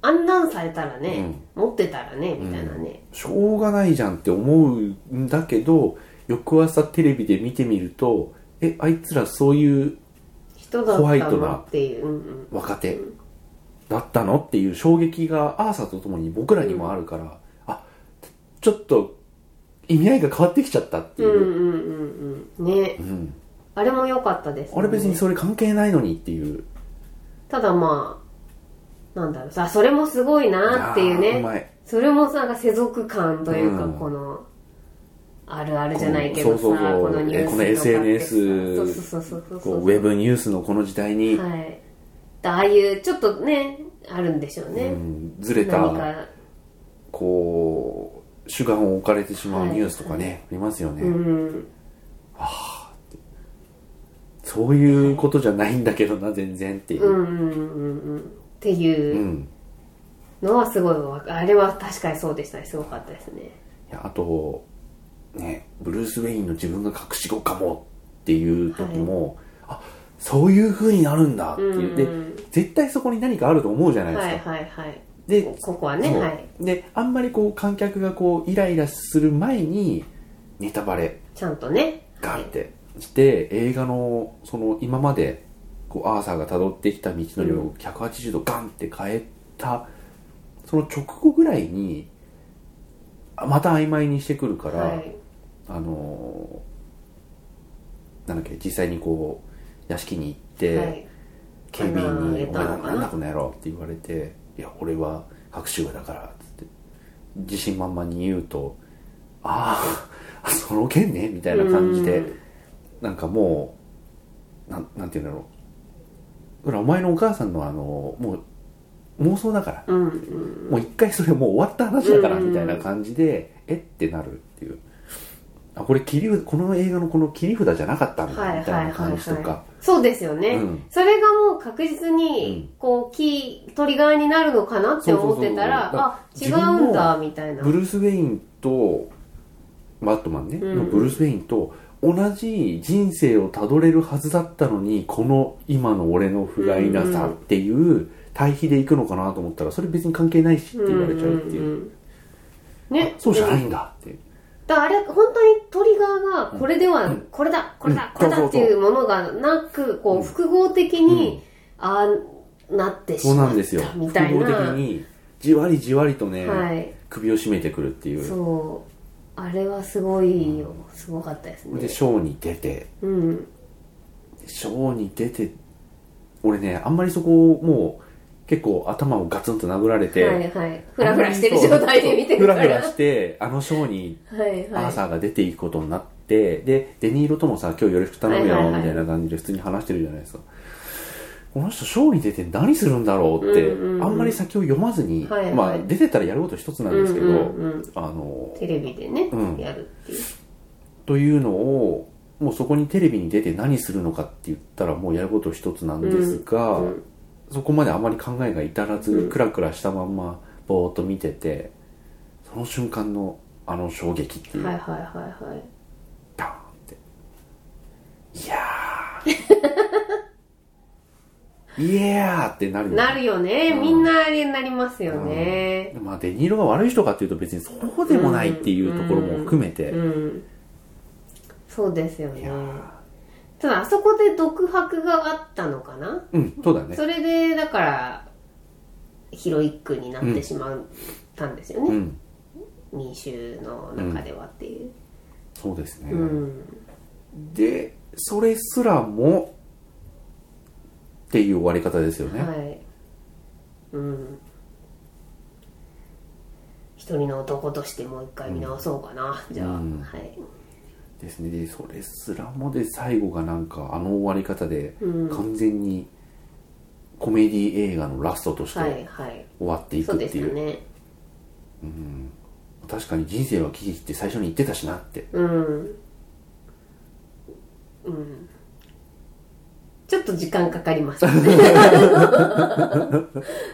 Speaker 2: あんなんされたらね、持ってたらねみたいなね、
Speaker 1: しょうがないじゃんって思うんだけど翌朝テレビで見てみるとえあいつらそういう
Speaker 2: 人だっ
Speaker 1: ホワイ
Speaker 2: た
Speaker 1: ト
Speaker 2: の
Speaker 1: な
Speaker 2: っていう、うんうん、
Speaker 1: 若手だったのっていう衝撃がアーサーとともに僕らにもあるから、あちょっと意味合いが変わってきちゃったって
Speaker 2: う
Speaker 1: い
Speaker 2: んう
Speaker 1: う、
Speaker 2: んうんうんね、
Speaker 1: ん
Speaker 2: あれも良かったです、ね、
Speaker 1: あれ別にそれ関係ないのにっていう
Speaker 2: ただまあなんだろうさそれもすごいなってい
Speaker 1: あ
Speaker 2: う
Speaker 1: ーう
Speaker 2: ね
Speaker 1: まい
Speaker 2: それもなんか世俗感というか、
Speaker 1: うん
Speaker 2: このあるあるじゃないけどさ
Speaker 1: このそうそうそう
Speaker 2: このニュースとかってさ
Speaker 1: この SNS
Speaker 2: そうそうそうそう
Speaker 1: こ
Speaker 2: そう
Speaker 1: うウェブニュースのこの時代に、
Speaker 2: はいああいうちょっとねあるんでしょうね、
Speaker 1: うんずれ
Speaker 2: 何
Speaker 1: た
Speaker 2: か
Speaker 1: こう主眼を置かれてしまうニュースとかね、ありますよね、
Speaker 2: うん
Speaker 1: そういうことじゃないんだけどな全然っていう、
Speaker 2: う
Speaker 1: うんん
Speaker 2: うんうんうんっていうのはすごいわかあれは確かにそうでしたねすごかったですね
Speaker 1: いやあとねブルース・ウェインの自分が隠し子かもっていう時も、あそういう風になるんだっていう、
Speaker 2: うんうん
Speaker 1: で絶対そこに何かあると思うじゃないです
Speaker 2: は
Speaker 1: か、
Speaker 2: いはいはい
Speaker 1: で
Speaker 2: こここはね
Speaker 1: そう
Speaker 2: はい
Speaker 1: であんまりこう観客がこうイライラする前にネタバレ
Speaker 2: ちゃんとね
Speaker 1: ガンってして、映画のその今までこうアーサーが辿ってきた道のりを180度ガンって変えたその直後ぐらいにあまた曖昧にしてくるから、
Speaker 2: はい
Speaker 1: あのーなんだっけ実際にこう屋敷に行って、
Speaker 2: はい
Speaker 1: 警備員に「お前
Speaker 2: 穴開けた
Speaker 1: な
Speaker 2: のかなん
Speaker 1: だこの野郎」って言われて「いや俺は隠し子だから」っつって自信満々に言うと「ああその件ね」みたいな感じで
Speaker 2: うん
Speaker 1: なんかもうなんなんて言うんだろうほらお前のお母さんのあのもう妄想だから
Speaker 2: うんうん
Speaker 1: もう一回それもう終わった話だから
Speaker 2: うん
Speaker 1: みたいな感じで、えってなるっていうあこれ切りこの映画のこの切り札じゃなかったん
Speaker 2: は
Speaker 1: だ
Speaker 2: い
Speaker 1: み
Speaker 2: は
Speaker 1: たいな
Speaker 2: いはい
Speaker 1: 感じとか
Speaker 2: はいそうですよね、
Speaker 1: うん
Speaker 2: それがもう確実にこうキートリガーになるのかなって思ってたら
Speaker 1: そうそうそうそうだ
Speaker 2: あ
Speaker 1: から
Speaker 2: 違うんだみたいな
Speaker 1: ブルース・ウェインとバットマンね、
Speaker 2: うん
Speaker 1: のブルース・ウェインと同じ人生をたどれるはずだったのにこの今の俺の不甲斐なさっていう対比でいくのかなと思ったらそれ別に関係ないしって言われちゃうっていう,、
Speaker 2: んうんね
Speaker 1: そうじゃないんだっていう
Speaker 2: だからあれ本当にトリガーがこれでは、これだこれだ、
Speaker 1: うん
Speaker 2: これ
Speaker 1: そ
Speaker 2: だ
Speaker 1: う
Speaker 2: っ
Speaker 1: そ
Speaker 2: て
Speaker 1: うそう
Speaker 2: いうものがなくこう複合的に、ああなってし
Speaker 1: そう
Speaker 2: ま
Speaker 1: な
Speaker 2: っ
Speaker 1: んですよ
Speaker 2: たみたい
Speaker 1: 複合
Speaker 2: な
Speaker 1: 的にじわりじわりとね、
Speaker 2: はい
Speaker 1: 首を絞めてくるっていう
Speaker 2: そうあれはすごいよすごかったですね
Speaker 1: でショーに出て
Speaker 2: うん
Speaker 1: ショーに出て俺ねあんまりそこをもう結構頭をガツンと殴られて、
Speaker 2: はいはいフラフラしてる状態で見て
Speaker 1: フ
Speaker 2: く
Speaker 1: ラ
Speaker 2: か
Speaker 1: フ
Speaker 2: ら
Speaker 1: ラしてあのショーに
Speaker 2: はい
Speaker 1: アー
Speaker 2: は
Speaker 1: サーが出ていくことになって、でデニーロともさ今日よろしく頼む
Speaker 2: はい
Speaker 1: よ
Speaker 2: はいはい
Speaker 1: みたいな感じで普通に話してるじゃないですか、この人ショーに出て何するんだろうって、
Speaker 2: うんうんうん
Speaker 1: あんまり先を読まずに、
Speaker 2: はいはい
Speaker 1: まあ出てたらやること一つなんですけど、
Speaker 2: うんうんうん
Speaker 1: あの
Speaker 2: いテレビでね、
Speaker 1: うん
Speaker 2: やるっていう
Speaker 1: というのをもうそこにテレビに出て何するのかって言ったらもうやること一つなんですが、
Speaker 2: うんうん
Speaker 1: そこまであまり考えが至らず、クラクラしたまんまぼーっと見ててその瞬間のあの衝撃っていう、
Speaker 2: はいはいはいはい
Speaker 1: ダーンっていやー [LAUGHS] イエーってなるよね
Speaker 2: なるよね、みんなあれになりますよね
Speaker 1: まあデニーロが悪い人かっていうと別にそうでもないっていうところも含めて、
Speaker 2: うん、そうですよね
Speaker 1: いや
Speaker 2: ただあそこで独白があったのかな
Speaker 1: ーうんそうだね
Speaker 2: それでだからヒロイックになってしまったんですよ
Speaker 1: う
Speaker 2: ね、
Speaker 1: ん
Speaker 2: 民衆の中ではっていう
Speaker 1: そうですね、
Speaker 2: うん、
Speaker 1: でそれすらもっていう終わり方ですよね、
Speaker 2: はいうん一人の男としてもう一回見直そうかな、じゃあ、
Speaker 1: うん
Speaker 2: はい
Speaker 1: ですねでそれすらもで最後がなんかあの終わり方で
Speaker 2: うん
Speaker 1: 完全にコメディ映画のラストとして
Speaker 2: はい
Speaker 1: 終
Speaker 2: はい
Speaker 1: わってい
Speaker 2: そ
Speaker 1: く
Speaker 2: う
Speaker 1: っ
Speaker 2: で
Speaker 1: て
Speaker 2: す
Speaker 1: いう
Speaker 2: よね
Speaker 1: 確かに人生は喜劇って最初に言ってたしなって
Speaker 2: うんうんちょっと時間かか
Speaker 1: [LAUGHS]
Speaker 2: ります、ね、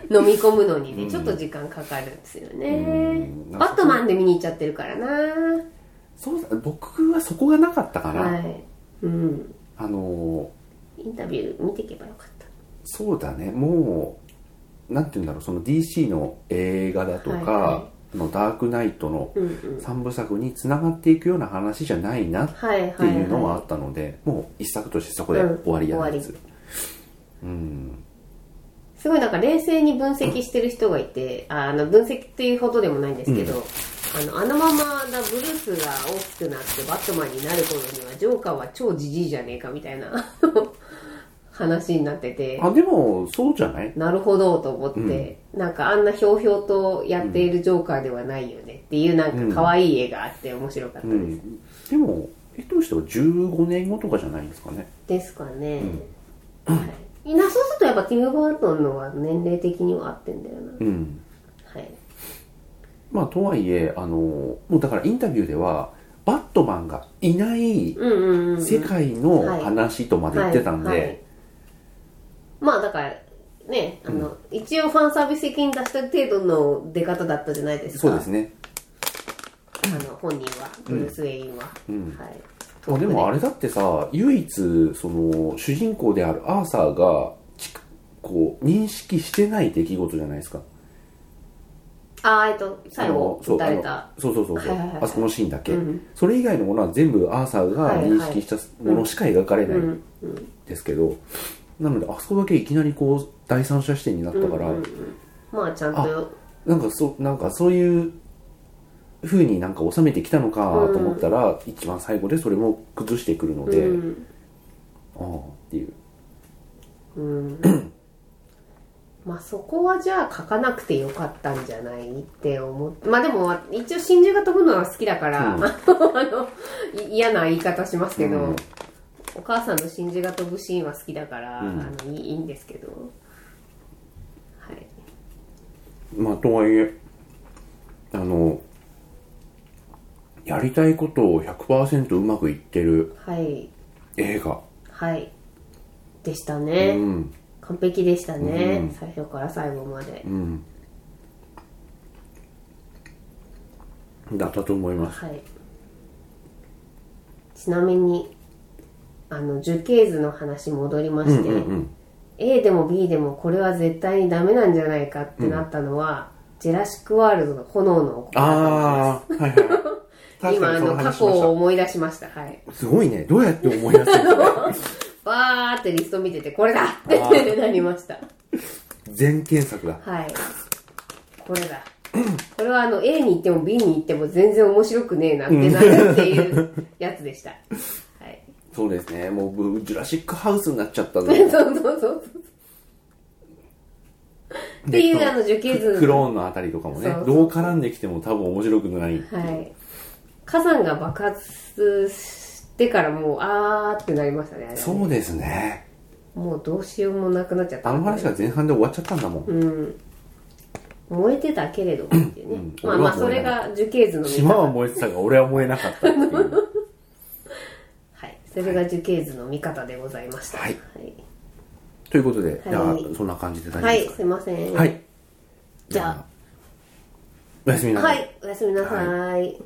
Speaker 2: 飲み込むのにねちょっと時間かかるんですよね
Speaker 1: うん
Speaker 2: バットマンで見に行っちゃってるからな
Speaker 1: そうだ僕はそこがなかったかな、
Speaker 2: はいうん
Speaker 1: あの
Speaker 2: インタビュー見ていけばよかっ
Speaker 1: そうだねもうなんて言うんだろうその DC の映画だとか、
Speaker 2: はいは
Speaker 1: のダークナイトの
Speaker 2: たうんうん
Speaker 1: 3部作に繋がっていくような話じゃないなっ
Speaker 2: はいはい、はい、
Speaker 1: ていうのもあったので、もう一作としてそこで終わりやです、うん、
Speaker 2: すごいなんか冷静に分析してる人がいて、ああの分析っていうほどでもないんですけど、あのあのままだブルースが大きくなってバットマンになる頃にはジョーカーは超ジジイじゃねえかみたいな [LAUGHS] 話になってて
Speaker 1: あでもそうじゃない
Speaker 2: なるほどと思って、なんかあんなひょうひょうとやっているジョーカーではないよねっていうなんか可愛い絵があって面白かった
Speaker 1: う
Speaker 2: です。
Speaker 1: ん、でも絵としては15年後とかじゃないんですかね
Speaker 2: ですかね、はい、なそうするとやっぱティム・バートンのは年齢的には合ってんだよな、
Speaker 1: うん
Speaker 2: はい
Speaker 1: まあとはいえあのもうだからインタビューではバットマンがいない
Speaker 2: うんうんうんうん
Speaker 1: 世界の話とまで言ってたんで、
Speaker 2: はいはいまあだからねあの、一応ファンサービス的に出した程度の出方だったじゃないですか
Speaker 1: そうですね
Speaker 2: あの本人はブルース・ウェインは、
Speaker 1: うん
Speaker 2: はい
Speaker 1: まあでもあれだってさ唯一その主人公であるアーサーがちこう認識してない出来事じゃないですか
Speaker 2: あーえっと最後
Speaker 1: あのそう
Speaker 2: 撃たれ
Speaker 1: あ
Speaker 2: た
Speaker 1: のそうそうそうそう、
Speaker 2: はいはいはい
Speaker 1: あそこのシーンだけ、
Speaker 2: うん
Speaker 1: それ以外のものは全部アーサーが認識したものしか描かれ
Speaker 2: う
Speaker 1: ないん
Speaker 2: んうん
Speaker 1: ですけど、なのであそこだけいきなりこう第三者視点になったから、
Speaker 2: うんうんうんまあちゃんと
Speaker 1: なんかそうなんかそういう風になんか収めてきたのかと思ったら、一番最後でそれも崩してくるので、
Speaker 2: うん
Speaker 1: ああっていう
Speaker 2: うん、まあそこはじゃあ書かなくてよかったんじゃないって思ってまあでも一応真珠が飛ぶのは好きだから、
Speaker 1: うん
Speaker 2: [LAUGHS] あのい嫌な言い方しますけど、
Speaker 1: うん
Speaker 2: お母さんの真珠が飛ぶシーンは好きだから、
Speaker 1: うん
Speaker 2: あのいいいいんですけどはい
Speaker 1: まあとはいえあのやりたいことを100%うまくいってる
Speaker 2: はい
Speaker 1: 映画、
Speaker 2: はいでしたね、
Speaker 1: うん
Speaker 2: 完璧でしたね、
Speaker 1: うん
Speaker 2: 最初から最後まで、
Speaker 1: うんだったと思います
Speaker 2: はいちちなみにあの樹形図の話戻りま
Speaker 1: うん
Speaker 2: し
Speaker 1: う
Speaker 2: て、
Speaker 1: んうん。
Speaker 2: A でも B でもこれは絶対にダメなんじゃないかってなったのは、ジェラシック・ワールドの炎の子
Speaker 1: ああ、 [LAUGHS] はいはい。確
Speaker 2: 今
Speaker 1: かに
Speaker 2: あ
Speaker 1: そ
Speaker 2: の
Speaker 1: の
Speaker 2: 過
Speaker 1: 話し
Speaker 2: 去
Speaker 1: まし
Speaker 2: を思い出しましたはい
Speaker 1: た。すごいね。どうやって思い出すの
Speaker 2: バーってリスト見ててこれだって [LAUGHS] なりました
Speaker 1: 全検索だ。
Speaker 2: はいこれだこれはあの A に行っても B に行っても全然面白くねえなってなるっていうやつでした、
Speaker 1: [LAUGHS]
Speaker 2: はい
Speaker 1: そうですね。もうブ、ジュラシックハウスになっちゃった [LAUGHS] の。
Speaker 2: そうそうそうそうっていうあの樹形図
Speaker 1: クローンのあたりとかもね
Speaker 2: そうそう
Speaker 1: どう絡んできても多分面白くない、
Speaker 2: はい。火山が爆発してからもう、あーってなりましたね、あれ
Speaker 1: そうですね
Speaker 2: もうどうしようもなくなっちゃった。
Speaker 1: あの話が前半で終わっちゃったんだもん、
Speaker 2: うん。燃えてたけれどもっていうね。
Speaker 1: うん
Speaker 2: まあまあ、そ
Speaker 1: 俺
Speaker 2: れ
Speaker 1: は燃えなか
Speaker 2: が樹形図の見
Speaker 1: 島は
Speaker 2: 方。
Speaker 1: 燃えてたが俺は燃えなかったっていう [LAUGHS]
Speaker 2: はい。それが樹形図の見方でございました。
Speaker 1: はい
Speaker 2: はい。
Speaker 1: ということで、じゃあ
Speaker 2: はい
Speaker 1: そんな感じで大丈
Speaker 2: は
Speaker 1: 夫で
Speaker 2: い
Speaker 1: す
Speaker 2: すいません。
Speaker 1: かはい、。
Speaker 2: じゃ
Speaker 1: おやすみ
Speaker 2: あ、
Speaker 1: なさ
Speaker 2: はいい。おやすみなさい